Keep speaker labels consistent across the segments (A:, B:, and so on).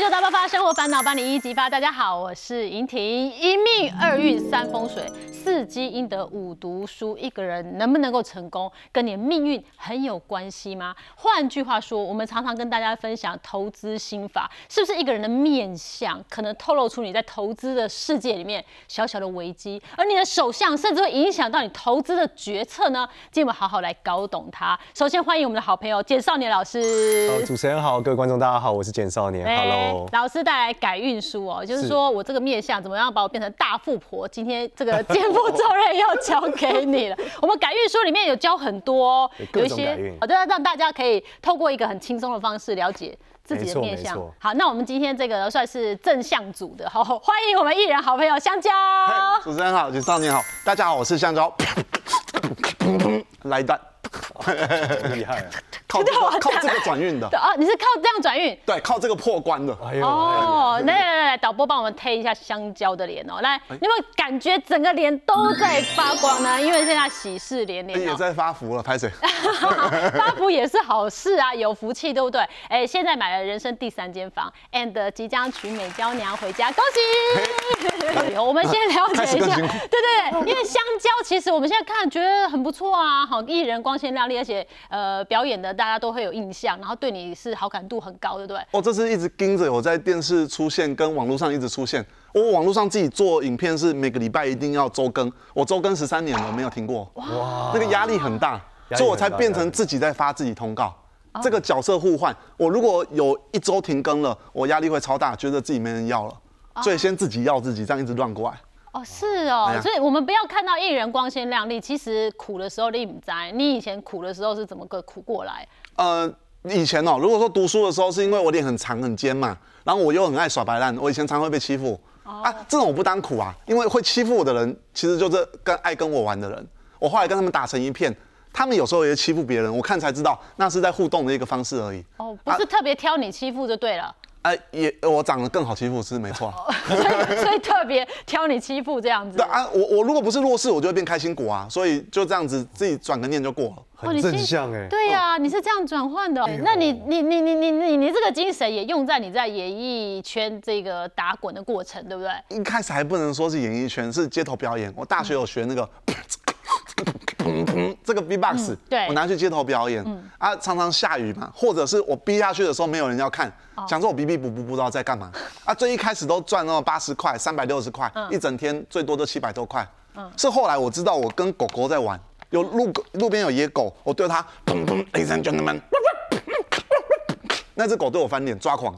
A: 球大爆发，生活烦恼帮你一一激发。大家好，我是莹婷。一命二运三风水，四积阴德五读书。一个人能不能够成功，跟你的命运很有关系吗？换句话说，我们常常跟大家分享投资心法，是不是一个人的面相可能透露出你在投资的世界里面小小的危机，而你的手相甚至会影响到你投资的决策呢？今天我们好好来搞懂它。首先欢迎我们的好朋友简少年老师。
B: 好，主持人好，各位观众大家好，我是简少年
A: 哎
B: ，Hello。
A: 老师带来改运书哦，就是
B: 是
A: 说我这个面相怎么样把我变成大富婆？今天这个肩负重任要交给你 了。我们改运书里面有教很多、哦，
B: 有各种改运
A: 好的，让大家可以透过一个很轻松的方式了解。自己
B: 没
A: 的
B: 错
A: 面
B: 没
A: 相
B: 错
A: 好，那我们今天这个算是正向组的，好，欢迎我们艺人好朋友香蕉。
C: 嘿主持人好，简少年好，大家好，我是香蕉，来一段，
B: 厉害啊！
C: 靠这个
A: 我很
C: 靠这个转运的，
A: 对啊，你是靠这样转运
C: 对，靠这个破关的，
B: 哎呦，
A: 哦。来来来来，导播帮我们推一下香蕉的脸哦，来，你有没有感觉整个脸都在发光呢？因为现在喜事连连
C: 也
A: 哦。
C: 在发福了，拍谁？
A: 发福也是好事啊，有福气，对不对？哎、现在买了人生第三间房，and 即将娶美娇娘回家，恭喜！ 我们先了解一下，对对对，因为香蕉其实我们现在看觉得很不错啊，好艺人光鲜亮丽，而且呃表演的大家都会有印象，然后对你是好感度很高，对不对？
C: 我哦这次一直盯着我在电视出现，跟网络上一直出现。我网络上自己做影片是每个礼拜一定要周更，我周更十三年了，没有停过。哇，那个压力很大，
B: 压力很大
C: 所以我才变成自己在发自己通告。这个角色互换，我如果有一周停更了，我压力会超大，觉得自己没人要了，所以先自己要自己，这样一直乱过来。
A: 哦，是哦，
C: 哎呀
A: 所以我们不要看到艺人光鲜亮丽，其实苦的时候你不知道，你以前苦的时候是怎么个苦过来？
C: 呃，以前哦，如果说读书的时候，是因为我脸很长很尖嘛，然后我又很爱耍白烂，我以前常会被欺负。啊，这种我不当苦啊，因为会欺负我的人，其实就是跟爱跟我玩的人。我后来跟他们打成一片，他们有时候也会欺负别人，我看才知道那是在互动的一个方式而已。
A: 哦，不是特别挑你欺负就对了。
C: 哎、也我长得更好欺负是没错啊。
A: 所以所以特别挑你欺负这样子
C: 对。啊，我我如果不是弱势，我就会变开心果啊，所以就这样子自己转个念就过了。
A: 哦
B: 很
A: 你
B: 正
A: 是
B: 向哎。
A: 对呀、你是这样转换的哦。那你你你你你你你这个精神也用在你在演艺圈这个打滚的过程，对不对？
C: 一开始还不能说是演艺圈，是街头表演。我大学有学那个这个 B-box，、
A: 对
C: 我拿去街头表演、啊，常常下雨嘛，或者是我逼下去的时候没有人要看，想说我逼逼补补不知道在干嘛啊。最一开始都赚那么八十块、三百六十块，一整天最多就七百多块。是后来我知道我跟狗狗在玩，有路路边有野狗，我对它，砰砰，ladies 哎 and gentlemen，那只狗对我翻脸抓狂，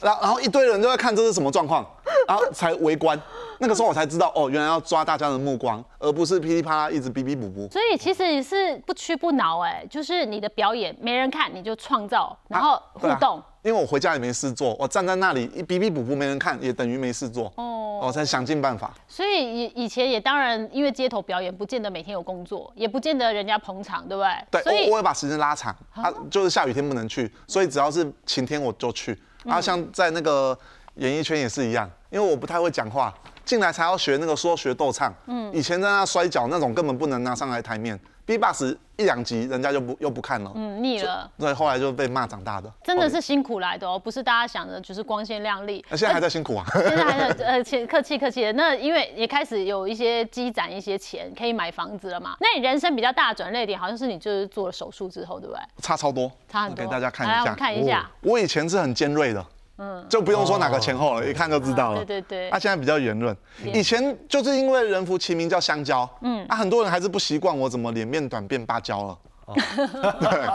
C: 然后然后一堆人都在看这是什么状况，然后才围观。 那个时候我才知道，哦，原来要抓大家的目光，而不是噼里啪啦一直哔哔补补。
A: 所以其实你是不屈不挠，哎，就是你的表演没人看你就创造，然后互
C: 对啊
A: 动。
C: 因为我回家也没事做，我站在那里一哔哔补补没人看，也等于没事做。哦，我才想尽办法。
A: 所以以以前也当然因为街头表演不见得每天有工作，也不见得人家捧场，对不对？
C: 对，
A: 所以哦
C: 我我会把时间拉长啊，就是下雨天不能去，所以只要是晴天我就去。
A: 嗯
C: 然后像在那个演艺圈也是一样，因为我不太会讲话，进来才要学那个说学逗唱。嗯，以前在那摔跤那种根本不能拿上来台面，B box 一两集人家就不又不看了。
A: 嗯腻了，
C: 所以后来就被骂长大的，
A: 真的是辛苦来的哦，不是大家想的就是光鲜亮 丽。
C: 那现在还在辛苦啊。
A: 现在还是呃，且客气客气的。那因为也开始有一些积攒一些钱，可以买房子了嘛。那你人生比较大的转捩点，好像是你就是做了手术之后，对不对？
C: 差超多，
A: 差很
C: 我
A: 多。
C: 给大家看
A: 来
C: 一
A: 我
C: 下。哦
A: 们看一下。
C: 我以前是很尖锐的，嗯，就不用说哪个前后了，一看就知道了。
A: 啊对对对
C: 他、现在比较圆润，以前就是因为人服其名叫香蕉，嗯，啊，很多人还是不习惯我怎么脸变短变芭蕉了。 对，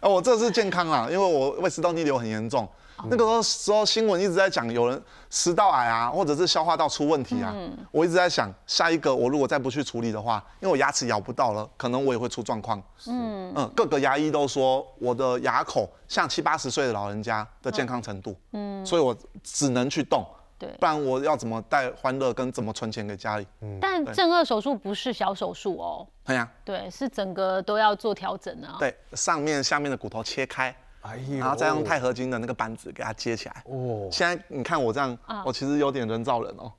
C: 哦，我这是健康啦，因为我胃食道逆流很严重。那个时候时候新闻一直在讲有人食道癌啊，或者是消化道出问题啊。我一直在想，下一个我如果再不去处理的话，因为我牙齿咬不到了，可能我也会出状况。嗯各个牙医都说我的牙口像七八十岁的老人家的健康程度。嗯，所以我只能去动。
A: 对
C: 不然我要怎么带欢乐跟怎么存钱给家里？
B: 嗯
A: 但正颌手术不是小手术哦，
C: 哎呀、
A: 对，是整个都要做调整啊。
C: 对，上面下面的骨头切开，
B: 哦哎呦
C: 然后再用钛合金的那个板子给它接起来。
B: 哦，啊
C: 现在你看我这样，我其实有点人造人哦。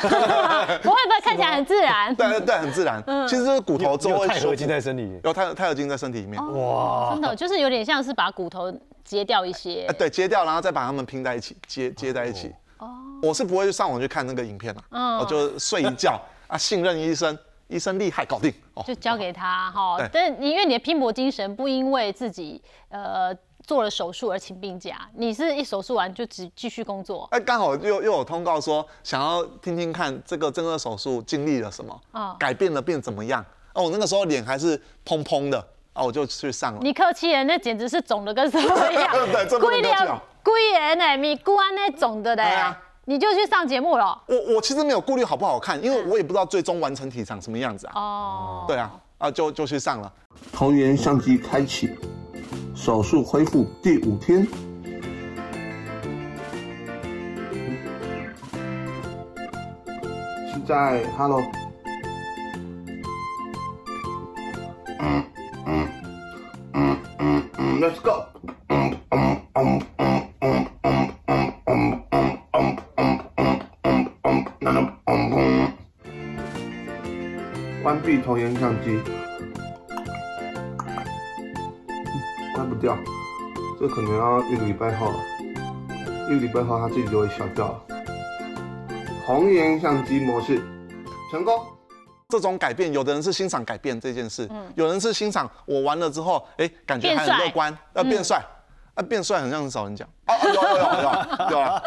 A: 不会不会，看起来很自然。
C: 对对对，很自然。
B: 嗯
C: 其实就是骨头周围
B: 钛合
C: 修
B: 金
C: 复
B: 在身体，
C: 有钛钛合金在身体里面，哎、
A: 真 的就是有点像是把骨头截掉一些。
C: 哎对，切掉然后再把它们拼在一起，接接在一起。我是不会上网去看那个影片了、
A: 哦嗯
C: 我就睡一觉啊，信任医生，医生厉害，搞定哦。
A: 就交给他哈
C: 对。
A: 但你因为你的拼搏精神，不因为自己呃做了手术而请病假，你是一手术完就只继续工作。
C: 哎，刚好又又有通告说想要听听看这个正颌手术经历了什么，
A: 嗯
C: 改变了变怎么样？哦，我那个时候脸还是蓬蓬的，啊，我就去上了。
A: 你客气了，那简直是肿的跟什么一
C: 对
A: 样，
C: 这不能客气啊
A: 龟炎呢，米姑安那肿的嘞
C: 哎呀，
A: 你就去上节目了。
C: 我我其实没有顾虑好不好看，因为我也不知道最终完成体场什么样子啊。
A: 嗯哦，
C: 对啊，啊就就去上了。
D: 同源相机开启，手术恢复第五天，现在 Hello，嗯嗯嗯嗯嗯，Let's go。关闭同源相机。关不掉，这可能要一个礼拜后了，一个礼拜后它自己就会消掉了。红颜相机模式成功。
C: 这种改变，有的人是欣赏改变这件事，有人是欣赏我完了之后，哎，感觉还
A: 变
C: 很
A: 帅
C: 乐观，呃，变帅，啊，变帅很像很少人讲。 哦，哦有有有有有啊，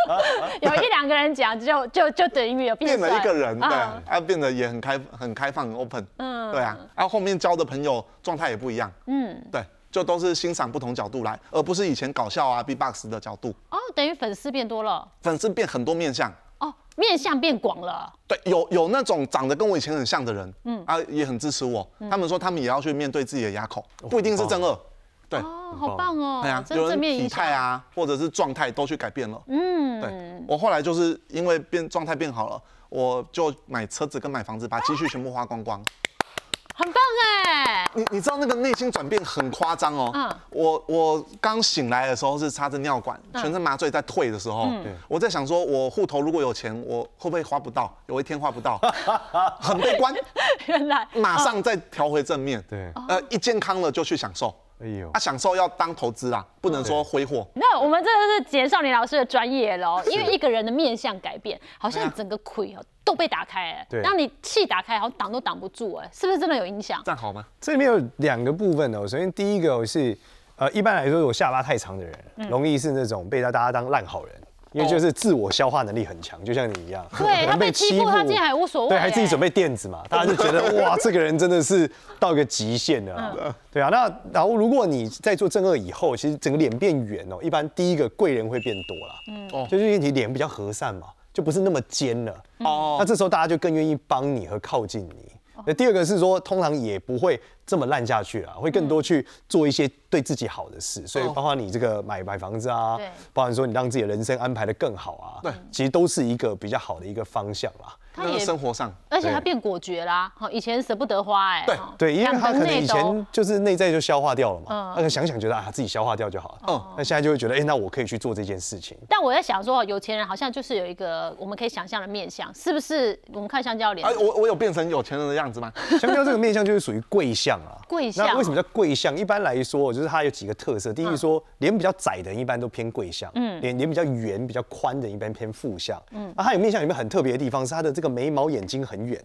A: 有一两个人讲，就就就等于有变
C: 变
A: 帅
C: 了一个人，对，
A: 啊
C: 啊，变得也很开很开放很 open，
A: 嗯
C: 嗯，对啊，啊，后面交的朋友状态也不一样，
A: 嗯，
C: 对，就都是欣赏不同角度来，而不是以前搞笑啊 B-box 的角度，
A: 哦，等于粉丝变多了，
C: 粉丝变很多面相。
A: 哦，面相变广了。
C: 对，有有那种长得跟我以前很像的人，嗯啊，也很支持我。他们说他们也要去面对自己的牙口，不一定是真恶，对，
A: 哦，好棒哦！
C: 对啊，
A: 真
C: 有
A: 正
C: 人
A: 面影
C: 体
A: 响
C: 态，啊，或者是状态都去改变了。
A: 嗯，
C: 对，我后来就是因为变状态变好了，我就买车子跟买房子，把积蓄全部花光光。
A: 很棒哎，
C: 你你知道那个内心转变很夸张哦。
A: 嗯
C: 我我刚醒来的时候是插着尿管，
A: 嗯
C: 全身麻醉在退的时候，我在想说，我户头如果有钱，我会不会花不到？有一天花不到，很悲观。
A: 原来
C: 马上再调回正面。
B: 对
A: 哦
C: 呃，一健康了就去享受。
B: 哎呦
C: 啊，，享受要当投资啊，不能说挥霍。
A: 那我们这个是简少年老师的专业喽，因为一个人的面相改变，好
C: 哎
A: 像
C: 呀
A: 整个盔哦都被打开哎，
B: 对
A: 让你气打开，好像挡都挡不住哎，是不是真的有影响？
C: 这样好吗？
B: 这里面有两个部分哦。首先第一个是，呃，一般来说我下巴太长的人，
A: 嗯
B: 容易是那种被大家当烂好人。因为就是自我消化能力很强，就像你一样，
A: 哦对
B: 可能
A: 他被欺负他竟然还无所谓
B: 对，还自己
A: 哎
B: 准备垫子 嘛，大家就觉得哇，这个人真的是到一个极限了啊、
A: 嗯
B: 对啊。那然后如果你在做正二以后，其实整个脸变圆哦，一般第一个贵人会变多啦，嗯
C: 哦，
B: 就是因为你脸比较和善嘛，就不是那么尖了，那
C: 哦，
B: 这时候大家就更愿意帮你和靠近你。
A: 哦
B: 那第二个是说，通常也不会这么烂下去啊，会更
A: 嗯
B: 多去做一些对自己好的事，所以包括你这个买买房子啊
A: 哦对，
B: 包含说你让自己的人生安排的更好啊，
C: 对
B: 其实都是一个比较好的一个方向啦。
A: 他
C: 那
A: 也，
C: 个生活上，
A: 而且他
B: 对
A: 变果决啦，好，以前舍不得花哎，
C: 对
A: 哦
B: 对，因为
A: 想
B: 他可
A: 得
B: 能
A: 内
B: 以
A: 兜
B: 前就是内在就消化掉了
A: 嗯
B: 嘛，他想想觉得啊自己消化掉就好了，
C: 嗯
B: 那现在就会觉得哎、那我可以去做这件事情。
A: 但我在想说，有钱人好像就是有一个我们可以想象的面相，是不是？我们看香蕉脸
C: 哎，，我我有变成有钱人的样子吗？
B: 香蕉这个面相就是属于贵相啊。
A: 贵相
B: 那为什么叫贵相？一般来说，就是它有几个特色。第一，说脸比较窄的，一般都偏贵相；嗯，脸脸比较圆、比较宽的，一般偏富相。嗯，那它有面相里面很特别的地方是它的这个眉毛、眼睛很远。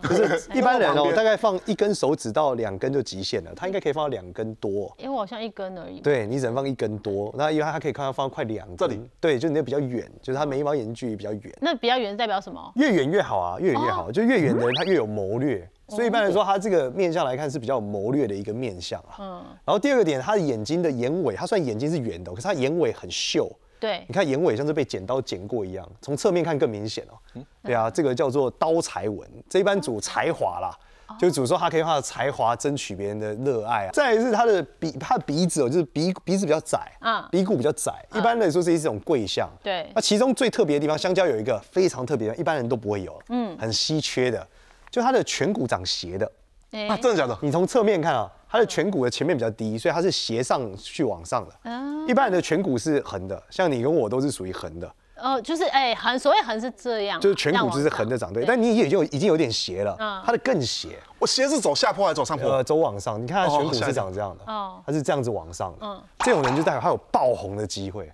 B: 就是一般人
C: 旁
B: 哦，
C: 边
B: 大概放一根手指到两根就极限了，它应该可以放到两根多。
A: 因为我好像一根而已。
B: 对你只能放一根多，那因为它可以看到放到快两根
C: 这里，
B: 对，就你那比较远，就是它眉毛眼睛距离比较远。
A: 那比较圆代表什么？
B: 越远越好啊，越远越好，就越远的人他越有谋略，所以一般来说他这个面相来看是比较有谋略的一个面相啊。嗯，然后第二个点，他的眼睛的眼尾，他虽然眼睛是圆的哦，可是他眼尾很秀，
A: 对
B: 你，看眼尾像是被剪刀剪过一样，从侧面看更明显
A: 嗯
B: 哦。对啊，这个叫做刀裁纹，这一般主才华啦。
A: 哦
B: 就主说他可以用他的才华争取别人的热爱啊，再来是他的鼻，他的鼻子哦，就是鼻鼻子比较窄，
A: 嗯
B: 啊，鼻骨比较窄，一般来说是一种贵相。
A: 对
B: 那其中最特别的地方，香蕉有一个非常特别，一般人都不会有，嗯，很稀缺的，就它的颧骨长斜的。
A: 哎
C: 啊，真的假的？
B: 你从侧面看啊，它的颧骨的前面比较低，所以它
A: 啊
B: 是斜上去往上的。一般人的颧骨是横的，像你跟我都是属于横的。
A: 呃，就是哎，横所谓横是这样啊，
B: 就是颧
A: 让
B: 骨
A: 往
B: 就是
A: 上
B: 横着长对，
A: 对
B: 但你也就已经有点斜了
A: 嗯，
B: 它的更斜，
C: 我鞋子走下坡还是走上坡
B: 呃，？走往上，你看它
C: 哦
B: 颧骨
C: 吓
B: 是
C: 一跳
B: 长这样的，
A: 哦
B: 它是这样子往上
A: 嗯
B: 的，这种人就代表他有爆红的机会，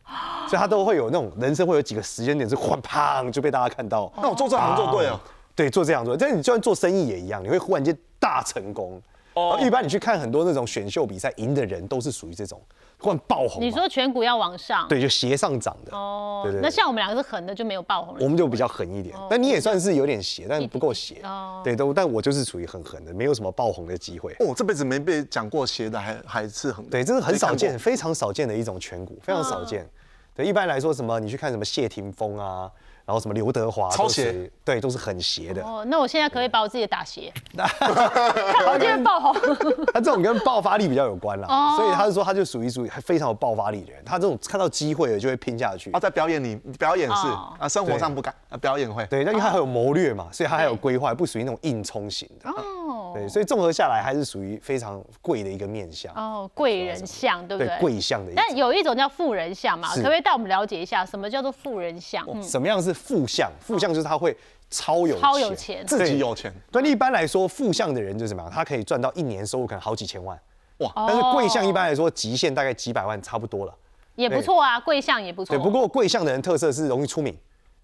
B: 所以他都会有那种人生会有几个时间点是换胖就被大家看到，
C: 那我做这行做对啊了，
B: 哦对，做这样做，但你就算做生意也一样，你会忽然间大成功。
C: 哦
B: 哦，一般你去看很多那种选秀比赛，赢的人都是属于这种忽然爆红嘛。
A: 你说颧骨要往上，
B: 对，就斜上涨的。
A: 哦，
B: 对对对
A: 那像我们两个是横的就没有爆红了，
B: 我们就比较狠一点，但你也算是有点斜，但不够斜
A: 哦。
B: 对，都但我就是属于很狠的，没有什么爆红的机会。
C: 哦，这辈子没被讲过鞋的还还是很
B: 对，这是很少见，
C: 没看过
B: 非常少见的一种颧骨，非常少
A: 嗯
B: 见。对，一般来说，什么你去看什么谢霆锋啊，然后什么刘德华，
C: 超
B: 都是
C: 斜，
B: 对，都是很斜的。
A: 哦，那我现在可不可以把我自己的打斜，看 我今天爆红，
B: 他这种跟爆发力比较有关
A: 哦
B: 啦，所以他是说他就属于属于非常有爆发力的人，他这种看到机会了就会拼下去
C: 啊，。在表演里表演是
A: 哦
C: 啊，生活上不敢啊，表演会。
B: 对，但因为他还有谋略嘛，所以他还有
A: 对
B: 规划，不属于那种硬冲型的。
A: 哦
B: 对，所以综合下来还是属于非常贵的一个面相，
A: 哦，贵人相对不对？
B: 啊对贵相的一种。
A: 但有一种叫富人相嘛，可
B: 是哦
A: 不可以带我们了解一下什么叫做富人相？嗯，哦
B: 什么样是负相？负相就是他会超有
A: 超有钱
C: 自己有钱。
B: 对，一般来说，负相的人就是怎么样？他可以赚到一年收入可能好几千万。
C: 哇
B: 哇！
A: 哦
B: 但是贵相一般来说极限大概几百万差不多了。
A: 也不错啊，贵相也不错。
B: 对，不过贵相的人特色是容易出名，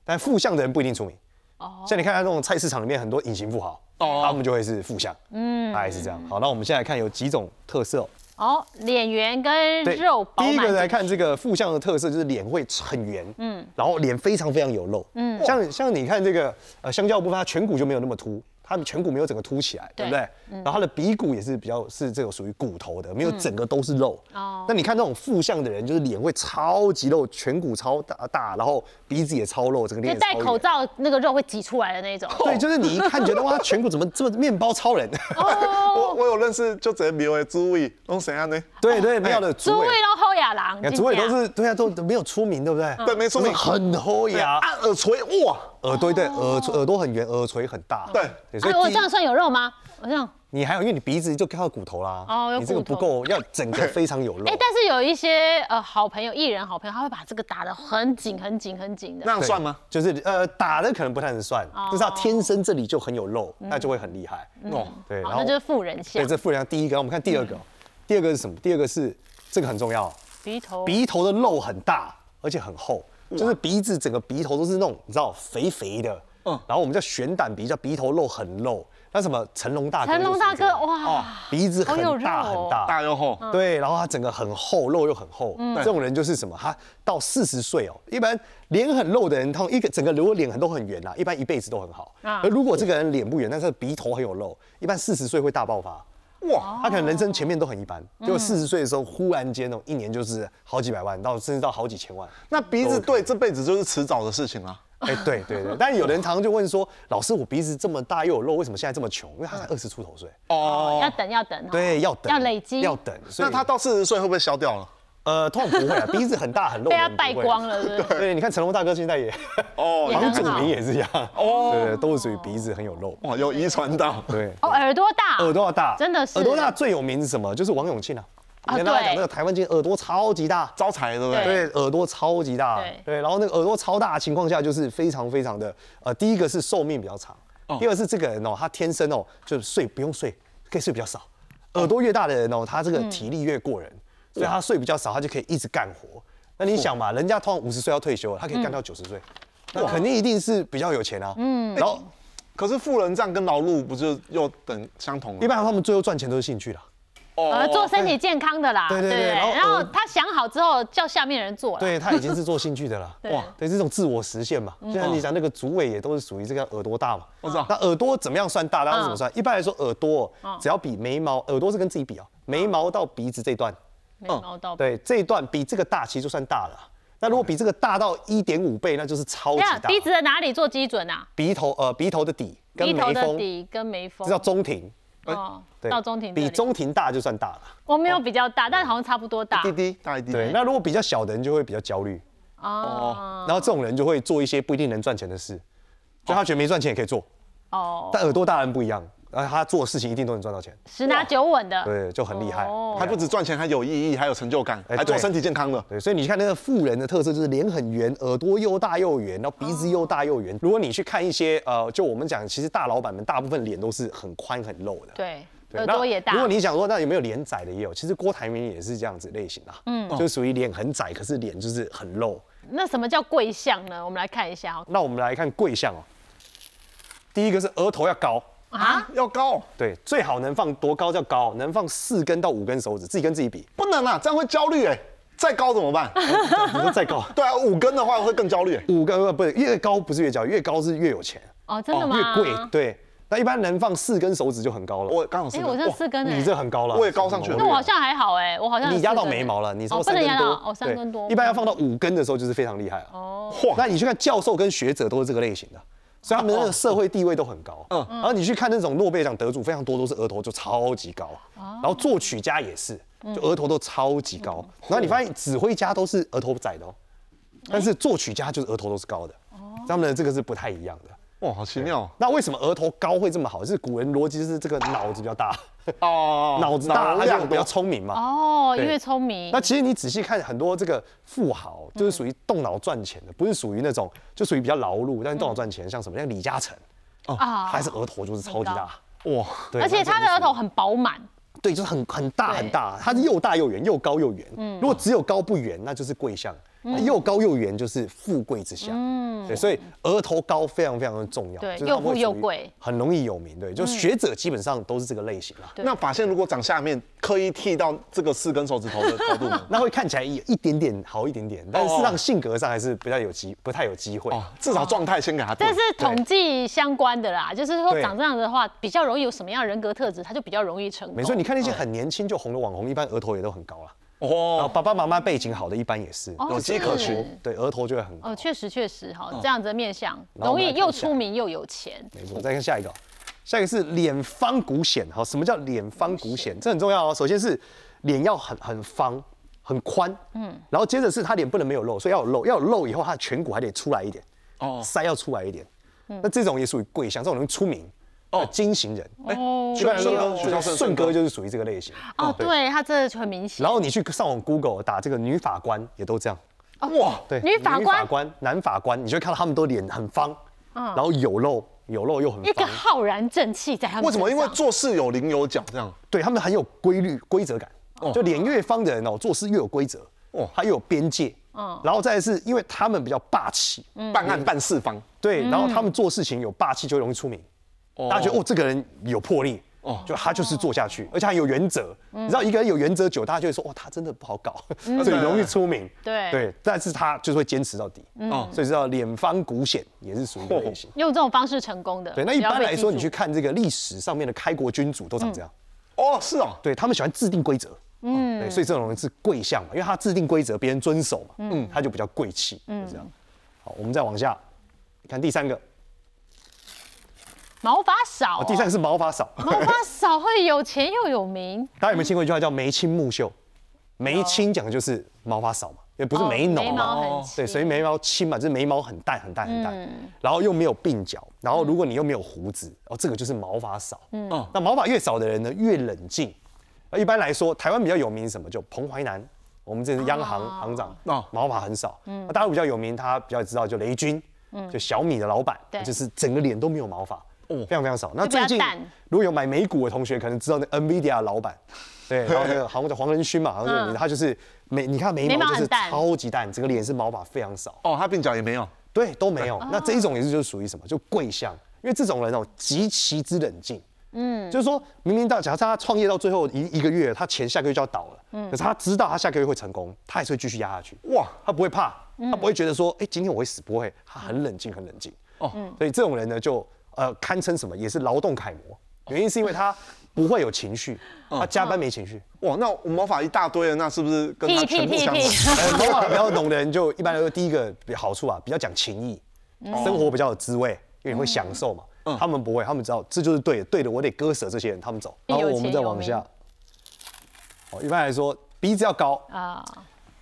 B: 但负相的人不一定出名。哦，像你看他那种菜市场里面很多隐形富豪，
C: 哦
B: 他们就会是负相，嗯，大概是这样。好，那我们现在看有几种特色哦。
A: 哦，脸圆跟肉饱
B: 第一
A: 满
B: 个来看这个腹相的特色就是脸会很圆，嗯，然后脸非常非常有肉，嗯，像像你看这个呃香蕉部分，它颧骨就没有那么凸，它颧骨没有整个凸起来，
A: 对嗯
B: 对不对？然后它的鼻骨也是比较是这种属于骨头的，没有整个都是肉。
A: 哦
B: 哦，那你看那种腹相的人，就是脸会超级肉，颧骨超大大，然后鼻子也超肉，整个脸
A: 就
B: 也
A: 戴
B: 超
A: 口
B: 圆。
A: 罩那个肉会挤出来的那种。
B: 对，就是你一看觉得哇，颧骨怎么这么面包超 人？
C: 我我有认识，就直接没有朱伟，弄谁啊呢？
B: 对对，没有的，
A: 猪
B: 主
A: 尾
B: 委，
A: 都后亚郎
B: 哎你，看
A: 真
B: 主委
A: 假
B: 都是对啊，都都没有出名，对不对？
A: 嗯
C: 对没出名
B: 就是很齁
C: 对
B: 牙
C: 啊，。按耳垂哇，
B: 耳朵对耳垂耳朵很圆，耳垂很大。
C: 对
B: 所以
A: 哦哎，我
B: 第
A: 这样
B: 一
A: 算有肉吗？我这样，
B: 你还有，因为你鼻子就看到骨头啦。
A: 哦有
B: 你这个
A: 骨
B: 不
A: 头
B: 够，要整个非常有肉
A: 哎、。但是有一些呃好朋友，艺人好朋友，他会把这个打得很紧、很紧、很紧的。
C: 那样
B: 对
C: 算吗？？
B: 就是呃，打的可能不太能算，
A: 哦
B: 就是他天生这里就很有肉，那就会很厉害。
C: 哦，
B: 对，
A: 嗯
B: 嗯
A: 好，那就是嗯富人
B: 对
A: 相，
B: 这富人第一个，我们看第二个，第二个是什么？第二个是这个很重要，
A: 鼻头
B: 鼻头的肉很大，而且很厚，就是鼻子整个鼻头都是那种你知道肥肥的，嗯
C: 嗯，
B: 然后我们叫悬胆鼻，叫鼻头肉很肉。那什么成龙大哥就
A: 成
B: 属于
A: 龙
B: 这个，
A: 大哥，哇，
B: 鼻子很
A: 好有肉
B: 大
A: 哦
B: 很大，
C: 大又厚，
B: 对，然后他整个很厚，肉又很厚，
A: 嗯
B: 这种人就是什么？他到四十岁哦，一般脸很肉的人，他一个整个如果脸很都很圆啦，一般一辈子都很好。
A: 啊
B: 而如果这个人脸不圆，但是鼻头很有肉，一般四十岁会大爆发。
A: 哦
C: 哇，
B: 他可能人生前面都很一般，
A: 嗯
B: 结果四十岁的时候忽然间哦，一年就是好几百万，到甚至到好几千 万。
C: 那鼻子对这辈子就是迟早的事情啊。
B: 哎，对对对，但有人常常就问说，老师，我鼻子这么大又有肉，为什么现在这么穷？因为他才二十出头岁，
A: 哦，要
C: 哦，
A: 等要等哦，
B: 对，要等，
A: 要累积，
B: 要等。所以
C: 那他到四十岁会不会消掉了？
B: 呃，通常不会啊，鼻子很大很肉
A: 被
B: 的
A: 他
B: 人不会，
A: 败光了，对不对？
B: 对，你看成龙大哥现在也
C: 哦
A: 也
B: 房
A: 很
B: 祖
A: 好
B: 名也是一样，
C: 哦
B: 对对，都是属于鼻子很有肉，
C: 哇，有遗传到。
B: 对，
A: 哦，耳朵大，
B: 耳朵要大，
A: 真的是
B: 耳朵大最有名是什么？就是王永庆啊，
A: 啊
B: 你跟大家
A: 对
B: 讲那个台湾金耳朵超级大，
C: 招财对不对？
B: 对，耳朵超级大
A: 对，
B: 对，然后那个耳朵超大的情况下，就是非常非常的，呃，第一个是寿命比较长，第二是这个人哦，他天生哦就是睡不用睡，可以睡比较少，耳朵越大的人哦，嗯他这个体力越过人，所以他睡比较少，他就可以一直干活。那你想嘛，人家通常五十岁要退休了，他可以干到九十岁，那肯定一定是比较有钱啊，嗯，然后
C: 可是富人账跟劳碌不就又等相同
B: 一
C: 了？
B: 般他们最后赚钱都是兴趣啦。
A: 呃，做身体健康的啦，
B: 哦对对
A: 不
B: 对然后
A: 然后
B: 耳
A: 他想好之后，叫下面人做了。
B: 对他已经是做兴趣的 了。
A: 哇
B: 哇，对，这种自我实现
A: 嗯
B: 嘛，就像你讲那个主尾也都是属于这个耳朵大嘛。
C: 我知道
B: 那耳朵怎么样算大？大家怎么
A: 嗯
B: 算？一般来说，耳朵哦只要比眉毛，耳朵是跟自己比啊，眉毛到鼻子这段，
A: 眉毛到
B: 嗯对，这一段比这个大，其实就算大了。啊那如果比这个大到一点五倍，那就是超级
A: 那
B: 大。
A: 鼻子的哪里做基准啊？
B: 鼻头呃鼻头的底跟
A: 鼻头
B: 眉
A: 的
B: 峰，
A: 底跟眉峰
B: 这叫，中庭。
A: 哦，
B: 对
A: 到中庭这
B: 比
A: 里
B: 中哦庭大就算大了。啊
A: 我没有比较大，但好像差不多大
C: 滴滴大一滴。
B: 对，那如果比较小的人就会比较焦虑，
A: 哦
B: 然后这种人就会做一些不一定能赚钱的事，就他觉得没赚钱也可以做。
A: 哦，
B: 但耳朵大人不一样，而他做的事情一定都能赚到钱，
A: 十拿九稳的，
B: 对，就很厉害。
A: 啊哦
C: 还不止赚钱，还有意义，还有成就感，
B: 哎
C: 还做
B: 对
C: 身体健康了。
B: 对，所以你看那个富人的特色就是脸很圆，耳朵又大又圆，
A: 啊
B: 然后鼻子又大又圆。如果你去看一些呃，就我们讲，其实大老板们大部分脸都是很宽很露的。
A: 对，
B: 对
A: 耳
B: 那
A: 朵也大
B: 如。果你想说，那有没有脸窄的也有？其实郭台铭也是这样子类型啊，嗯，就属于脸很窄，可是脸就是很露。
A: 那什么叫贵相呢？我们来看一下哦。
B: 那我们来看贵相哦，第一个是额头要高，
A: 啊，
C: 要高
B: 对，最好能放多高叫高，能放四根到五根手指，自己跟自己 比。
C: 不能啊，这样会焦虑哎。再高怎么办？，
B: 你说再高
C: 对啊，五根的话会更焦虑哎。
B: 五根呃不是越高不是越高，越高是越有钱，
A: 哦，真的吗？
B: 越贵。对，那一般能放四根手指就很高了。
C: 我刚好是
A: 哎，
C: 个
A: 我这
C: 哇
A: 四根哎，
B: 你这很高了，
C: 我也高上去了
A: 那我好像还好哎，我好像有
B: 你压到
A: 四根哎
B: 眉毛了，你
A: 哦，
B: 说
A: 不
B: 三
A: 能
B: 根
A: 压
B: 多
A: 到，哦，三
B: 对
A: 根多。
B: 一般要放到五根的时候就是非常厉害了。
A: 哦，
B: 那你去看教授跟学者都是这个类型的，所以他们的
A: 哦
B: 那个社会地位都很高。嗯，然后你去看那种诺贝尔奖得主，非常多都是额头就超级高，
A: 哦
B: 然后作曲家也是，
A: 嗯
B: 就额头都超级高。然后你发现指挥家都是额头窄的哦，但是作曲家就是额头都是高的，
A: 哦
B: 他们的这个是不太一样的。
C: 哇，好奇妙哦
B: 那为什么额头高会这么好？就是古人逻辑是这个脑子比较大，
C: 哦，
B: 脑子大他
C: 脑
B: 就
C: 量
B: 比较
C: 多，
B: 聪明嘛。
A: 哦，因
B: 对
A: 为聪明
B: 那。其实你仔细看很多这个富豪，
A: 嗯
B: 就是属于动脑赚钱的，不是属于那种就属于比较劳碌，但是动脑赚钱，像什么像李嘉诚，
A: 啊
B: 他还是额头就是超级
A: 很
B: 大
A: 高，
C: 哇，
B: 对，
A: 而且他的额头很饱满，
B: 对，就是很很大
A: 对嗯
B: 很大，它是又大又圆，又高又圆。如果只有高不圆，那就是贵相；那又高又圆就是富贵之相。对，所以额头高非常非常的重要，
A: 嗯对
B: 就是他们
A: 又富
B: 会
A: 又
B: 属于
A: 贵嗯
B: 很容易有名。对，就学者基本上都是这个类型啦，？
A: 对
C: 那发线如果长下面，刻意剃到这个四根手指头的高 度呢
B: 那会看起来有一点点好一点点，但是事实
C: 哦
B: 上性格上还是比较有机，不太有机会。
C: 哦，至少状态先给他定
A: 这是统计相关的啦，就是说
B: 对
A: 长这样的话，比较容易有什么样的人格特质，他就比较容易成功。
B: 没错，你看那些很年轻就红的网红，一般额头也都很高了。然后
C: 哦，
B: 爸爸妈妈背景好的，一般也是，
A: 哦
C: 有迹可
A: 是
C: 循
B: 对，额头就会很高。
A: 哦，确实确实哈，这样子的面相
B: 嗯然后
A: 容
B: 我们来
A: 易
B: 看
A: 又
B: 一下
A: 出名又有钱。
B: 没错，再看下一个哦，下一个是脸方骨显。好，什么叫脸方骨显？这很重要哦。首先是脸要很很方。很宽，嗯，然后接着是他脸不能没有肉，所以要有肉，要有肉以后他的颧骨还得出来一点，哦
C: 哦，
B: 腮要出来一点，那这种也属于贵相，这种人出名，哦，金型人，哎，
A: 哦
C: 就顺
B: 顺
C: 哥，许孝顺
B: 顺哥就是属于这个类型，
A: 哦，对他这就很明显
B: 然。后你去上网 Google 打这个女法官也都这样，
C: 哇，
B: 对，
A: 女法官嗯
B: 男法官，你就会看到他们都脸很方，然后有肉，有肉又很
A: 一个
B: 方，
A: 浩然正气在他们
C: 为什么？
A: 身
C: 因为
A: 上
C: 做事有棱有角这样。
B: 对他们很有规律、规则感。就脸越方的人哦，做事越有规则，哦
C: 哦，
B: 他又有边界，嗯，然后再来是因为他们比较霸气，
A: 嗯
C: 办案办四方，
B: 对，然后他们做事情有霸气就容易出名，
A: 嗯
B: 大家觉得哦这个人有魄力。哦，就他就是做下
A: 哦
B: 去，而且还有原则。
A: 嗯
B: 你知道一个人有原则久，大家就会说，哇，哦他真的不好搞， 所以容易出名。
A: 对
B: 对，但是他就是会坚持到底。
A: 嗯
B: 哦，所以知道脸方骨显也是属于这个类型。
A: 用这种方式成功的。
B: 对，那
A: 不
B: 一
A: 哦要
B: 般
A: 被
B: 来
A: 记
B: 说，
A: 住嗯
B: 你去看这个历史上面的开国君主都长这样，
C: 哦，是哦，
B: 对他们喜欢制定规则，嗯，对，所以这种人是贵相嘛，因为他制定规则，别人遵守嘛，嗯，他就比较贵气，嗯，这样。好，我们再往下看第三个，
A: 毛发少
B: 啊，
A: 哦，
B: 第三个是毛发 少，
A: 毛发少会有钱又有名，
B: 大家有没有听过一句话叫眉清目秀？眉清讲的就是毛发少嘛，也不是
A: 哦
B: 眉浓
A: 眉
B: 嘛，
A: 毛很
C: 哦
A: 轻
B: 对，所以眉毛清嘛，就是眉毛很淡很淡很淡，
A: 嗯
B: 然后又没有鬓角，然后如果你又没有胡子，哦，这个就是毛发少。嗯
C: 哦，
B: 那毛发越少的人呢，越冷静。那一般来说，台湾比较有名是什么？就彭淮南，我们这是央行行长，
C: 哦
B: 毛发很少。
A: 嗯
B: 那大陆比较有名，他比较知道就雷军，就小米的老板
A: 对，
B: 就是整个脸都没有毛发。
C: 哦
B: 非常非常少。那
A: 就比较
B: 最近
A: 淡
B: 如果有买美股的同学，可能知道那 NVIDIA 的老板，对，然后那个好像叫黄仁勋嘛，好像是有名的他就是眉，你看眉
A: 嗯眉毛
B: 毛就
A: 很
B: 是
A: 淡
B: 超级淡，整个脸是毛发非常少。
C: 哦，他鬓角也没有，
B: 对，都没
A: 哦
B: 有。那这一种也是就是属于什么？就贵相，因为这种人哦，极其之冷静。嗯，就是说明明到，假设他创业到最后一一个月，他钱下个月就要倒了，
A: 嗯
B: 可是他知道他下个月会成功，他还是会继续压下去。哇
C: 哇，
B: 他不会怕，
A: 嗯
B: 他不会觉得说，哎、今天我会死，不会，他很冷静，很冷静。哦，
A: 嗯
B: 所以这种人呢，就呃，堪称什么，也是劳动楷模。原因是因为他不会有情绪，他加班没情绪。
C: 哇，那我魔法一大堆了，那是不是跟他
A: 屁屁
C: 全部
A: 屁
C: 相
A: 屁
C: 反？
B: 呃，头发比较浓的人，就一般来说，第一个比较好处啊，比较讲情义，
A: 嗯
B: 生活比较有滋味，因为你会享受嘛。他们不会，他们知道这就是对的，对的，我得割舍这些人，他们走。
A: 有
B: 然
A: 钱
B: 后我们再往下，哦，一般来说鼻子要高，
A: 啊，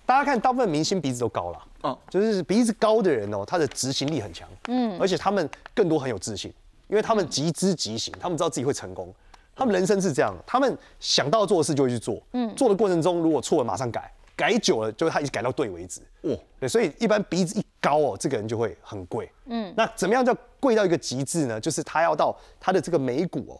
B: 大家看大部分明星鼻子都高了，
C: 嗯
B: 就是鼻子高的人哦，他的执行力很强，嗯，而且他们更多很有自信，因为他们即知即行，他们知道自己会成功。他们人生是这样，他们想到做的事就会去做，嗯，做的过程中如果错了马上改，改久了就他一直改到对为止。
C: 哦，
B: 对，所以一般鼻子一高哦，这个人就会很贵。嗯，那怎么样叫贵到一个极致呢？就是他要到他的这个眉骨哦，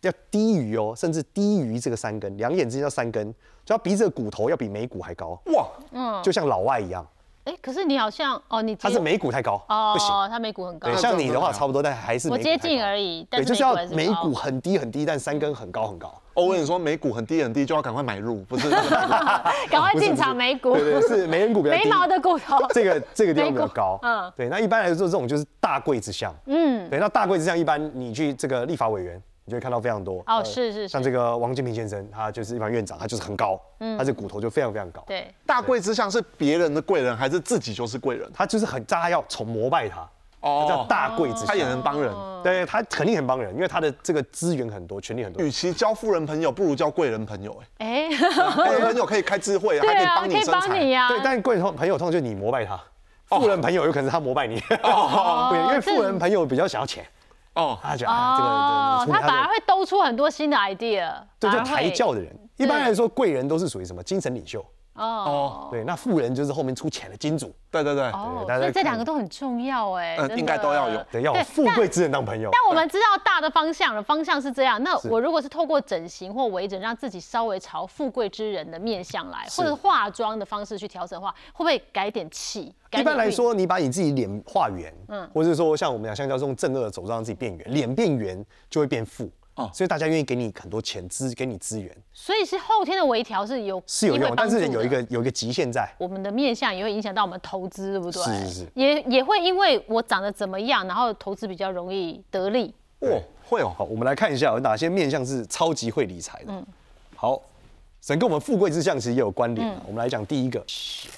B: 要低于哦，甚至低于这个三根，两眼之间叫三根，就要鼻子的骨头要比眉骨还高，
C: 哇，
A: 嗯
B: 就像老外一样，
A: 哎，可是你好像哦，你
B: 他是眉骨太高，不行。
A: 哦，他眉骨很高
B: 对，，像你的话差不多，但还是
A: 我
B: 眉骨
A: 接
B: 太高
A: 近而已，但
B: 对，
A: 是
B: 就是要
A: 还
B: 眉
A: 高哦
B: 骨很低很低，但三根很高很高。
C: 欧文说美股很低很低，就要赶快买入，不是？
A: 赶快进场眉骨，
B: 对对，是眉人骨比较低
A: 眉毛的骨头，
B: 这个这个地方比
A: 眉
B: 较
A: 骨
B: 高，
A: 嗯
B: 嗯，对。那一般来说，这种就是大贵之相，嗯，对。那大贵之相，一般你去这个立法委员，你就会看到非常多。呃
A: 哦是是是
B: 像这个王金平先生，他就是立法院长，他就是很高，他这骨头就非常非常高，，
A: 嗯对，
C: 大贵之相是别人的贵人，还是自己就是贵人？
B: 他就是很大家要崇膜拜他，
C: 哦
B: 哦，叫大贵之
C: 他也
B: 相。
C: 能帮人，
A: 哦
B: 对他肯定很帮人，因为他的这个资源很多，权力很多
C: 与。其交富人朋友，不如交贵人朋友。
A: 哎，
C: 哎，贵人朋友可以开智慧，还
A: 对
C: 可以
A: 啊，
C: 帮
A: 可
C: 你
A: 以
C: 生
A: 帮
C: 财
A: 你。呀，
B: 对，但贵人朋友通常就是你膜拜他，富人朋友有可能是他膜拜你，
C: 哦
B: 对，因为富
A: 这
B: 人朋友比较想要钱，
C: 哦，
B: 他觉得啊
A: 哦，
B: 这个这
A: 他
B: 个这个
A: 反而会兜出很多新的 idea，
B: 对，
A: 反
B: 就
A: 而会
B: 抬轿的人，一般来说贵人都是属于什么精神领袖，
A: 哦
B: 对，那富人就是后面出钱的金主，
C: 对对对，
A: 哦，
B: 大家
A: 所以这
B: 看
A: 两个都很重要哎，
C: 嗯
A: 真
C: 应该
A: 的
C: 都要有
B: 对，要有富贵之人当朋友。
A: 但我们知道大的方向了，方向是这样。那我如果是透过整形或微整，让自己稍微朝富贵之人的面相来，或者化妆的方式去调整的话，会不会改点气？改
B: 一般
A: 点
B: 来
A: 运，
B: 说，你把你自己脸画圆，嗯，或者说像我们讲香蕉这种正恶的手段，让自己变圆，脸变圆就会变富，
C: 哦
B: 哦，所以大家愿意给你很多钱资，给你资源
A: 所以是后天的微调是有
B: 是有
A: 机会
B: 用，
A: 帮
B: 但是
A: 助
B: 有一
A: 的
B: 个有一个极限在。
A: 我们的面相也会影响到我们投资，对不对？
B: 是是是
A: 也也会因为我长得怎么样，然后投资比较容易得利。
C: 哇，会哦，
B: 好，我们来看一下有哪些面相是超级会理财的。
A: 嗯
B: 好，神跟我们富贵之相其实也有关联啊。我们来讲第一个，
A: 嗯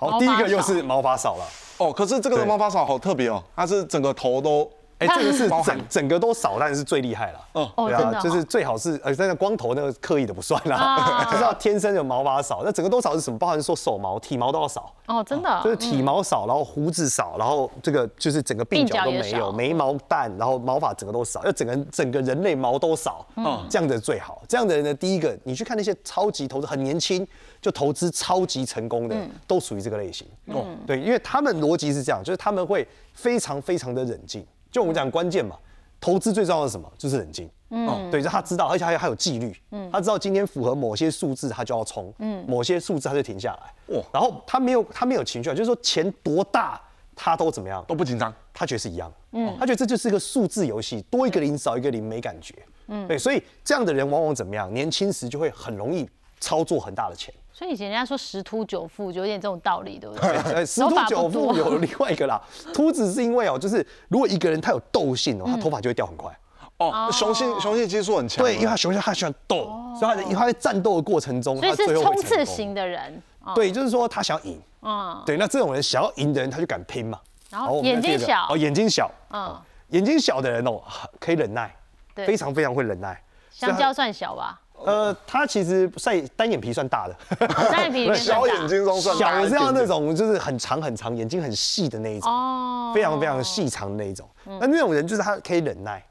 A: 毛
B: 好，第一
A: 发
B: 个又
A: 少
B: 是毛发少了。
C: 哦，可是这个的
B: 对
C: 魔法扫好特别哦，它是整个头都，
B: 哎、这个是
C: 包含
B: 整整个都少，但是最厉害了。
C: 哦
A: 哦
B: 对
A: 真的
B: 啊，
A: 哦
B: 就是最好是呃，真的光头那个刻意的不算啦
A: 啊，
B: 就是要天生有毛发少。那整个都少是什么？包含说手毛、体毛都要少，
A: 哦，真的，
B: 就是体毛少，然后胡子少，然后这个就是整个鬓
A: 鬓角
B: 角都
A: 也
B: 没
A: 少
B: 有，眉毛淡，然后毛发整个都少，要整个整个人类毛都少，嗯，这样的最好。这样的人呢，第一个你去看那些超级投资很年轻就投资超级成功的，都属于这个类型。哦，对，因为他们逻辑是这样，就是他们会非常非常的冷静。就我们讲关键嘛，投资最重要的是什么？就是冷静。嗯，对，就他知道，而且还有还有纪律。嗯，他知道今天符合某些数字，他就要冲；嗯，某些数字他就停下来。
C: 哇
B: 哇，然后他没有他没有情绪啊，就是说钱多大他都怎么样，
C: 都不紧张。
B: 他觉得是一样。嗯，他觉得这就是一个数字游戏，多一个零少一个零没感觉。嗯，对，所以这样的人往往怎么样？年轻时就会很容易操作很大 的钱。
A: 所以以前人家说十秃九富，就有点这种道理，对不对？
B: 呃，十
A: 头
B: 秃
A: 发不
B: 九
A: 多
B: 富有另外一个啦，秃子是因为哦，就是如果一个人他有斗性
A: 嗯
B: 哦，他头发就会掉很快。
C: 哦，雄性雄性激素很强。啊
B: 对，因为他熊熊他喜欢斗，所以他的他在战斗的过程 中，
A: 哦所以
B: 他
A: 是
B: 最后会
A: 冲
B: 成
A: 刺
B: 功
A: 型的人，哦，
B: 对，就是说他想要赢。
A: 嗯，
B: 对，那这种人想要赢的人，他就敢拼嘛。
A: 然后
B: 好我们
A: 眼
B: 看第
A: 睛
B: 二个
A: 小
B: 哦，眼睛小，
A: 嗯，
B: 眼睛小的人哦，可以忍耐，
A: 对
B: 非常非常会忍耐。所以
A: 香
B: 他
A: 蕉算小吧，
B: 呃，他其实晒单眼皮算大的，
A: 单眼皮里面算
C: 小
A: 大
C: 眼睛中算大
B: 小
C: 一
B: 的
C: 点
B: 是
C: 点
B: 要那种就是很长很长，眼睛很细的那一种。
A: 哦，嗯
B: 非常非常细长的那一种。那那种人就是他可以忍耐，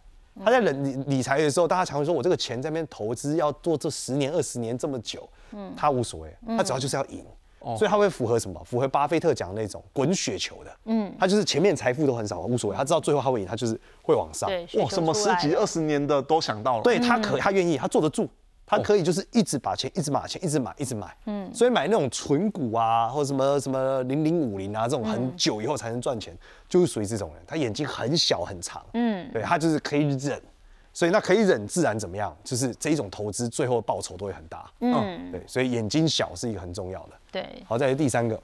B: 他在忍理理财的时候，大家常会说我这个钱在那边投资要做这十年二十年这么久，
A: 嗯
B: 他无所谓，他只要就是要赢。
C: 哦
B: 所以他会符合什么？符合巴菲特讲的那种滚雪球的，嗯，他就是前面财富都很少，无所谓，他知道最后他会赢，他就是会往上。
A: 对，雪
C: 哇，
A: 球
C: 什么
A: 出
C: 十
A: 来
C: 几
A: 了
C: 二十年的都想到了。
B: 对他可他愿意，他坐得住，他可以就是一直把钱一直把钱一直买一直买，哦嗯，所以买那种纯股啊，或者什么什么零零五零啊这种很久以后才能赚钱，就是属于这种人，他眼睛很小很长，嗯，对他就是可以忍，所以那可以忍自然怎么样，就是这一种投资最后报酬都会很大，嗯，对，所以眼睛小是一个很重要的。
A: 对，
B: 好，再来第三个，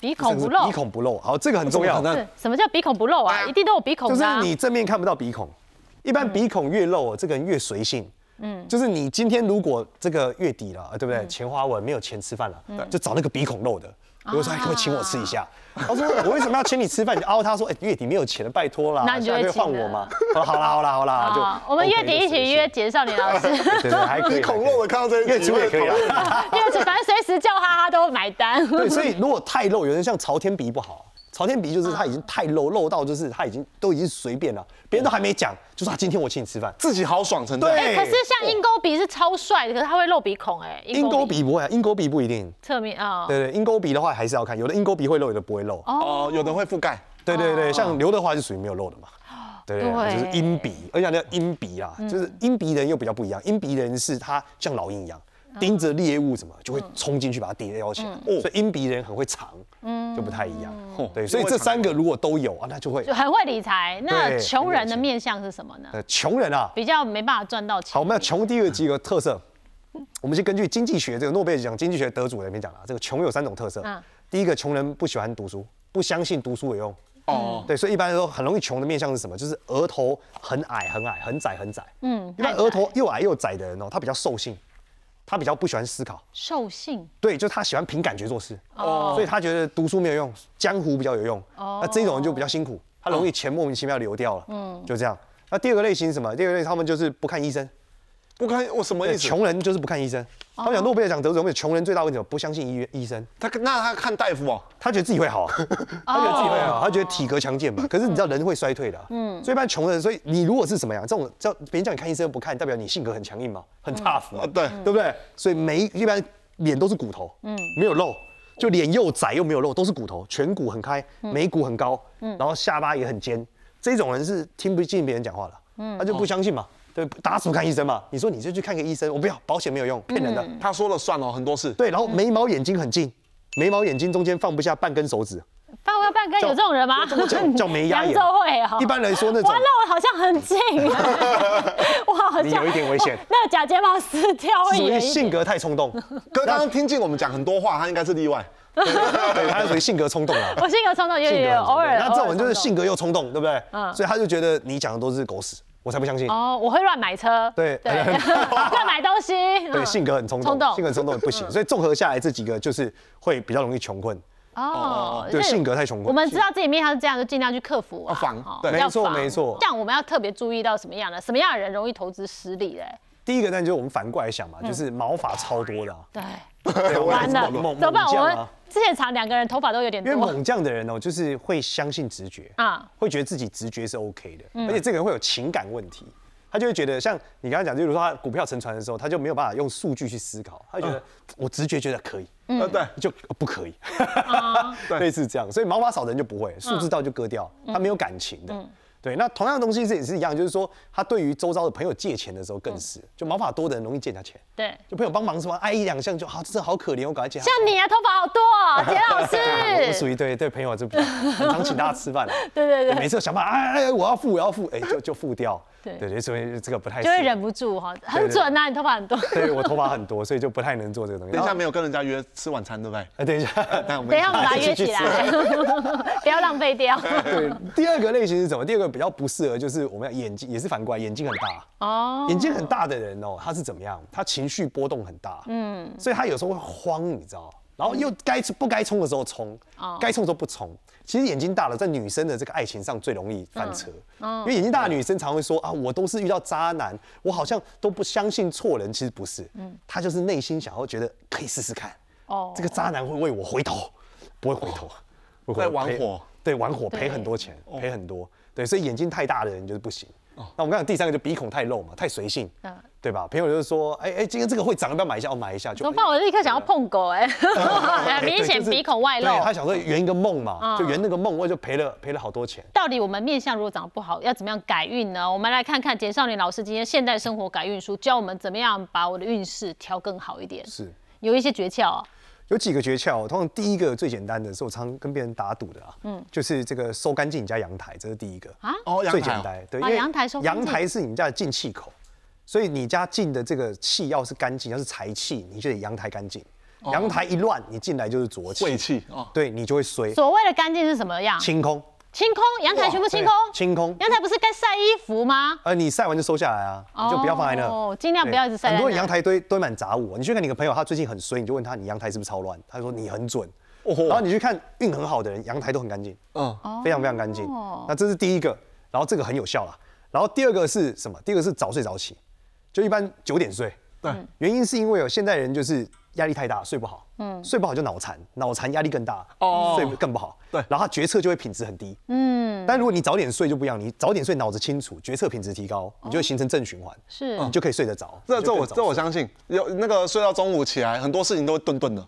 A: 鼻孔不
B: 这个是
A: 露
B: 鼻，孔不露，好，这个很重要，
C: 这个很
A: 是什么叫鼻孔不露啊？一定都有鼻孔
B: 就
A: 的
B: 是
A: 啊，
B: 你正面看不到鼻孔，一
A: 嗯
B: 般鼻孔越露哦，这个人越随性。嗯，就是你今天如果这个月底了，呃对
A: 嗯
B: 不对？钱花完没有钱吃饭了，就找那个鼻孔露的。
A: 啊
B: 比如说，哎可不可以请我吃一下？他说我为什么要请你吃饭？你就凹他说，哎，月底没有钱了，拜托啦，
A: 那你就
B: 下
A: 会
B: 个月换
A: 请了
B: 我嘛。好啦好啦好啦好啦，
A: 啊，
B: 就
A: 我们
B: OK，
A: 月底一
B: 就随
A: 起
B: 性
A: 约，简少年老 师，
B: 对对，对还可以。
C: 你
B: 还可
C: 恐
B: 以
C: 漏的看到这 一集，
B: 月初也可以
C: 会
B: 啊。
A: 因为反正随时叫哈哈都买单。
B: 对，所以如果太露，有人像朝天鼻不好，朝天鼻就是他已经太露露到就是他已经都已经随便了，别人都还没讲，就说啊今天我请你吃饭。
C: 自己豪爽成这样。
B: 对
A: 哎，可是像鹰钩鼻是超帅的，可是他会露鼻孔哎。
B: 鹰钩鼻不会啊，鹰钩鼻不一定。
A: 侧面啊，
B: 对对，鹰钩鼻的话还是要看，有的鹰钩鼻会露，有的不会露。
C: 哦，有的会覆盖。
B: 对对对，像刘德华就属于没有露的嘛。对对对，
A: 对
B: 就是鹰鼻，而且那鹰鼻啊，就是鹰鼻人又比较不一样，鹰鼻人是他像老鹰一样。盯着猎物什么，就会冲进去把它逮叼起来。哦，所以鹰鼻人很会藏，就不太一样。
C: 哦
B: 对，所以这三个如果都有啊，那就会
A: 就很会理财。那
B: 对
A: 穷人的面相是什么呢？
B: 呃，穷人啊，
A: 比较没办法赚到钱。
B: 好，我们要穷第二几个特色，我们是根据经济学这个诺贝尔奖经济学得主那边讲了，这个穷有三种特色。
A: 嗯
B: 第一个，穷人不喜欢读书，不相信读书有用。
C: 哦，
B: 对，所以一般来说很容易穷的面相是什么？就是额头很矮、很矮、很窄、很窄。
A: 嗯
B: 一般
A: 太窄
B: 额头又矮又窄的人哦，他比较兽性，他比较不喜欢思考。
A: 兽性
B: 对，就他喜欢凭感觉做事，哦，所以他觉得读书没有用，江湖比较有用。哦，那这种人就比较辛苦，他容易钱莫名其妙流掉了。嗯，就这样。那第二个类型是什么？第二个类型他们就是不看医生。
C: 不看我什么意
B: 对，
C: 思？哦
B: 穷人就是不看医生。他们讲诺贝尔奖得主，为穷人最大问题，不相信医院医生，
C: 他那他看大夫哦，
B: 他觉得自己会 好啊，他觉得自己会好，他觉得体格强健嘛。可是你知道人会衰退的啊，哦嗯，所以一般穷人，所以你如果是什么样，这种叫别人叫你看医生不看，代表你性格很强硬嘛，很 tough 嘛
C: 啊，对
B: 嗯哦对不对？所以每一一般脸都是骨头，嗯，嗯没有肉。就脸又窄又没有肉，都是骨头，颧骨很开，眉骨很高，然后下巴也很尖，这种人是听不进别人讲话的，他就不相信嘛，对，打死不看医生嘛。你说你就去看个医生，我不要，保险没有用，骗人的。
C: 他说了算哦，很多事。
B: 对，然后眉毛眼睛很近，眉毛眼睛中间放不下半根手指，
A: 半个半根有这种人吗？
B: 叫叫眉压
A: 扬
B: 眼。
A: 州会哦。
B: 一般来说那种
A: 完了，我好像很 近，我好像
B: 你有一点危险
A: 哇那假睫毛撕掉会
B: 属
A: 远
B: 于
A: 一点。
B: 性格 太冲动，
C: 可是刚刚听进我们讲很多话，他应该是例外。
B: 对，他属于性格冲动啦。
A: 我性格冲动，有
B: 性格
A: 有
B: 很冲动
A: 偶尔。
B: 那这种人就
A: 偶尔
B: 是
A: 冲动
B: 性格又冲动，对不对？
A: 嗯
B: 所以他就觉得你讲的都是狗屎，我才不相信。
A: 哦，我会乱买车，
B: 对
A: 对，乱买东西，
B: 对，
A: 嗯
B: 性格很冲动，
A: 冲动
B: 性格很冲动 不行。所以综合下来这几个就是会比较容易穷困，
A: 哦，
B: 对，
A: 那
B: 性格太穷困。
A: 我们知道自己面相是这样，就尽量去克服啊，
C: 要防
A: 哦
C: 对
B: 没
A: 要
B: 错
A: 防
B: 没错
A: 这样我们要特别注意到什么样的，什么样的人容易投资失利嘞？
B: 第一个，那就是我们反过来想嘛，就是毛发超多 的啊，
A: 对，
B: 对我也
A: 完
B: 是
A: 了，
B: 猛猛
A: 怎么办？
B: 猛
A: 我
B: 将
A: 们
B: 啊。
A: 现场两个人头发都有点
B: 因为
A: 多，
B: 猛将的人哦、就是会相信直觉
A: 啊
B: 啊，会觉得自己直觉是 OK 的，而且这个人会有情感问题，他就会觉得像你刚刚讲，就是说他股票沉船的时候，他就没有办法用数据去思考，他就觉得我直觉觉得可以，
C: 呃，对，
B: 就不可以， 类似这样，所以毛发少的人就不会，数字到就割掉，他没有感情的。对，那同样的东西这也是一样，就是说他对于周遭的朋友借钱的时候更是，就毛发多的人容易借人家钱，
A: 对。
B: 就朋友帮忙什么挨一两项就好，啊这好可怜，我赶快借他。
A: 像你啊，头发好多、哦， 杰老
B: 我属
A: 师。
B: 于对对朋友就比较很常请大家吃饭啊
A: 对对对
B: 每次都想办法，哎哎，哎我要付，我要付，哎， 就就付掉。
A: 对
B: 对对，所以这个不太
A: 就会
B: 适合
A: 忍。不住哈，很准呐、你头发很多。
B: 对我头发很多，所以就不太能做这个东西。
C: 等
B: 然
C: 一下
B: 后，
C: 没有跟人家约吃晚餐，对不对？
B: 哎，等一下。
C: 但我 们
A: 等一下我们把它
B: 一起
A: 约起来， 不要浪费 掉。
B: 对，第二个类型是什么？第二个比较不适合就是我们要眼睛也是反过来，眼睛很大。
A: 哦，
B: 眼睛很大的人哦，他是怎么样？他情绪波动很大，嗯，所以他有时候会慌，你知道。然后又该不该冲的时候冲，该冲的时候不冲。其实眼睛大了，在女生的这个爱情上最容易翻车，因为眼睛大的女生常会说啊，我都是遇到渣男，我好像都不相信错人。其实不是，她就是内心想要觉得可以试试看，
A: 哦
B: 哦，这个渣男会为我回头，不会回头，不会回头
C: 在玩
B: 赔
C: 火哦
B: 对，玩火
A: 对
B: 赔很多钱，赔很多。对，所以眼睛太大的人就是不行。那我们刚讲第三个就鼻孔太露嘛，太随性
A: 嗯，
B: 对吧？朋友就说，哎哎，今天这个会涨，要不要买一下？哦，买一下就
A: 怎么。办？我立刻想要碰狗哎、
B: 哎
A: 很
B: 对
A: 明显
B: 就是
A: 鼻孔外露
B: 对。他想说圆一个梦嘛，
A: 嗯
B: 就圆那个梦，我就赔了赔了好多钱。
A: 到底我们面相如果长得不好，要怎么样改运呢？我们来看看简少年老师今天《现代生活改运书》教我们怎么样把我的运势调更好一点，
B: 是，
A: 有一些诀窍啊。
B: 有几个诀窍，通常第一个最简单的是我常跟别人打赌的啊，嗯，就是这个收干净你家阳台，这是第一个
A: 啊
C: 哦阳台哦
B: 最简单，对，
A: 把
B: 因为
A: 阳台收干净
B: 阳台是你家的进气口，所以你家进的这个气要是干净，要是财气，你就得阳台干净。
A: 哦
B: 阳台一乱，你进来就是浊
C: 晦
B: 气，
C: 气哦，
B: 对你就会衰，
A: 所谓的干净是什么样？
B: 清空，
A: 清空阳台，全部清空。
B: 对清空，
A: 阳台不是该晒衣服吗？
B: 呃，你晒完就收下来啊，你就不要放在那。
A: 哦尽量不
B: 对
A: 要一直晒在
B: 很多人
A: 那
B: 阳台堆堆满杂物，哦你去看你的朋友，他最近很衰，你就问他你阳台是不是超乱，他说你很准。
C: 哦吼
B: 然后你去看运很好的人，阳台都很干净，
C: 嗯，
B: 非常非常干净。那这是第一个，然后这个很有效啦。然后第二个是什么？第二个是早睡早起，就一般九点睡。
C: 对，
B: 原因是因为有现代人就是压力太大，睡不好，嗯，睡不好就脑残，脑残压力更大，
C: 哦
B: 睡更不好，
C: 对
B: 然后他决策就会品质很低，嗯，但如果你早点睡就不一样，你早点睡脑子清楚，决策品质提高，你就会形成正循环，
A: 是
B: 你就可以睡得着，
C: 这
B: 你
C: 这
B: 就
C: 我
B: 更早
C: 这我
B: 睡
C: 相信，有那个睡到中午起来，很多事情都会顿顿的，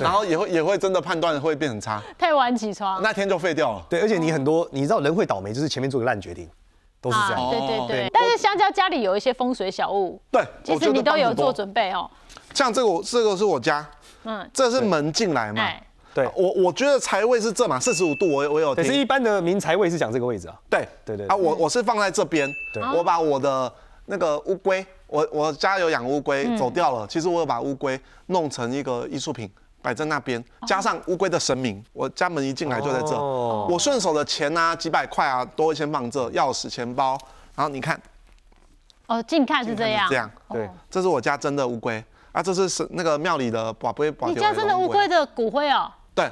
C: 然后也会也会真的判断会变很差，
A: 太晚起床
C: 那天就废掉了。
B: 对，而且你很多你知道人会倒霉，就是前面做个烂决定，都是这样，
A: 啊对
C: 哦
A: 对对
C: 对。
A: 但是香蕉家里有一些风水小物，
C: 对
A: 其
C: 我
A: 实
C: 觉得
A: 你都
C: 帮
A: 有
C: 很多
A: 做准备哦。
C: 像这个我这个是我家，
A: 嗯，
C: 这是门进来嘛
A: 哎，
B: 对
C: 我我觉得财位是这嘛，四十五度我我有
B: 可是
C: 听
B: 一，般的明财位是讲这个位置啊，
C: 对
B: 对对
C: 啊，我我是放在这边，
B: 对
A: 哦
C: 我把我的那个乌龟，我我家有养乌
A: 嗯
C: 龟，走掉了，其实我有把乌龟弄成一个艺术品。摆在那边，
A: 哦
C: 加上乌龟的神明，我家门一进来就在这。
B: 哦
C: 我顺手的钱啊，几百块啊，都会先放这，钥匙、钱包。然后你看，
A: 哦，近看是这样。哦
C: 这样，
B: 对，
C: 这是我家真的乌龟啊，这是是那个庙里的宝贝宝。
A: 你家真的乌龟？的骨灰哦？
C: 对，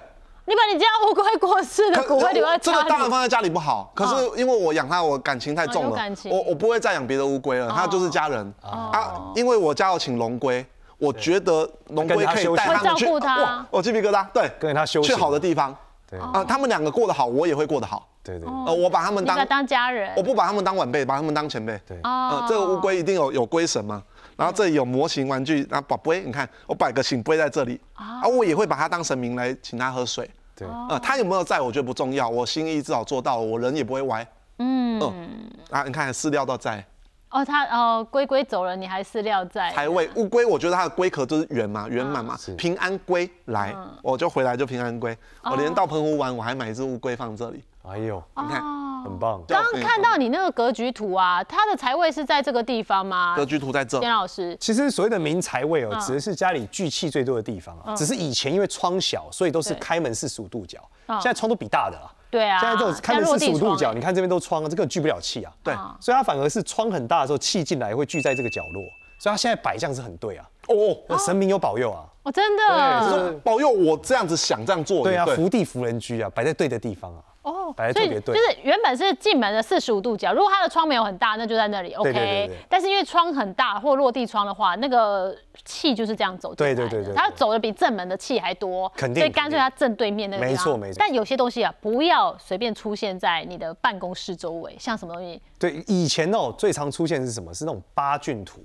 A: 你把你家乌龟过世的骨灰留在
C: 这个
A: 家
C: 当然
A: 里？
C: 放在家里不好，可是因为我养它，我感情太
A: 啊哦
C: 重
A: 有
C: 了
A: 感，情哦
C: 我我不会再养别的乌龟了，它就是家人啊。因为我家有请龙龟，我觉得龙龟可以带他们去，
A: 会照顾它
C: 哇我鸡皮疙瘩，对，
B: 跟它休啊息
C: 去好的地方，
B: 对
C: 啊，他们两个过得好，我也会过得好，
B: 对对
A: 哦
C: 呃，我把他们
A: 你把它
C: 当，
A: 当家人
C: 我不把他们当晚辈，把他们当前辈，
B: 对
A: 哦
C: 呃，这个乌龟一定有有龟神嘛，然后这里有模型玩具，然后宝贝，你看我摆个醒龟在这里
A: 哦
C: 啊，我也会把它当神明来请它喝水。
B: 对，
C: 呃，他有没有在我觉得不重要，我心意至少做到了，我人也不会歪。嗯，啊，你看饲料都在，
A: 哦，它哦，龟龟走了，你还饲料在。
C: 财位乌龟，我觉得它的龟壳就是圆嘛，圆满嘛
B: 是，
C: 平安龟来，我就回来就平安龟。我连到澎湖玩，我还买一只乌龟放这里，
B: 哎呦，
A: 哦
C: 你看啊
B: 很棒，
A: 刚刚看到你那个格局图啊，它的财位是在这个地方吗？
C: 格局图在这
A: 田。老师，
B: 其实所谓的明财位
A: 嗯
B: 哦，指的是家里聚气最多的地方啊。只是以前因为窗小，所以都是
A: 对
B: 开门四十五度角，
A: 嗯
B: 现在窗都比大的了。
A: 对啊
B: 现在这种开门四十五度
A: 现在落地窗
B: 角，
A: 欸
B: 你看这边都窗啊，这个聚不了气啊。
C: 对，
A: 啊
B: 所以它反而是窗很大的时候，气进来会聚在这个角落，所以它现在摆这样是很对啊。
C: 哦，
B: 那神明有保佑啊，
A: 哦，真
B: 对
A: 的
B: 这
C: 就是保佑我这样子想这样哦做
B: 嗯
C: 也。
B: 对啊，福地福人居啊，摆在对的地方啊。
A: 哦
B: 摆得
A: 所以
B: 特别对
A: 就是原本是进门的四十五度角，如果它的窗没有很大，那就在那里
B: 对对
A: OK
B: 对。
A: 但是因为窗很大或落地窗的话，那个气就是这样走进来的
B: 对对对对对
A: 它走的比正门的气还多，
B: 肯定
A: 所以干脆
B: 肯定
A: 它正对面那个地方
B: 没错没错
A: 但有些东西啊，不要随便出现在你的办公室周围，像什么东西，
B: 对，以前哦最常出现的是什么？是那种八骏图、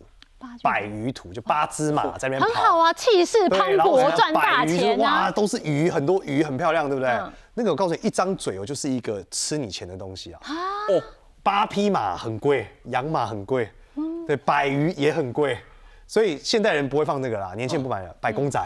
B: 百鱼图，就八只马在那边
A: 嗯很
B: 跑。
A: 好啊，气势
B: 对
A: 磅
B: 然后
A: 礴，
B: 人家
A: 赚大
B: 摆鱼
A: 钱
B: 就哇，
A: 啊。
B: 都是鱼，很多鱼，很漂亮，对不对？
A: 嗯
B: 那个我告诉你，一张嘴哦，就是一个吃你钱的东西啊。
C: 哦，
B: 八匹马很贵，养马很贵，
A: 嗯
B: 对，百鱼也很贵，所以现代人不会放这个
A: 嗯
B: 啦，年轻人不买了，摆公仔，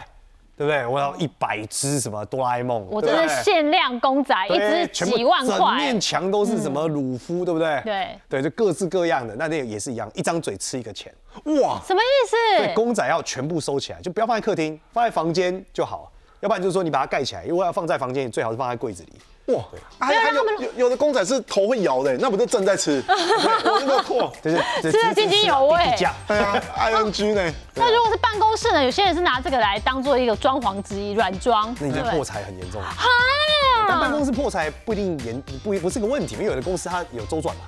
B: 对不对？我要一百只什么哆啦 A 梦，
A: 我
B: 对
A: 真
B: 不对
A: 的限量公仔，一
B: 对
A: 只
B: 全部
A: 几万
B: 整
A: 块嗯
B: 面，墙都是什么鲁夫，对不对？
A: 对
B: 对，就各式各样的，那那也是一样，一张嘴吃一个钱。
C: 哇，
A: 什么意
B: 对，
A: 思？
B: 公仔要全部收起来，就不要放在客厅，放在房间就好。要不然就是说你把它盖起来，如果要放在房间，最好是放在柜子里。
C: 哇，还
A: 没有
C: 还
A: 让他
C: 有有有的公仔是头会摇的，那不就正在 吃？我那个错，
B: 就是
A: 吃得津津有味
B: 低价
C: 对啊，ing 呢？
A: 那如果是办公室呢？有些人是拿这个来当做一个装潢之一，软装，
B: 那
A: 对
B: 你
A: 不
B: 的
A: 对啊
B: 破财很严重。但办公室破财不一定严不不是个问题，因为有的公司它有周转嘛。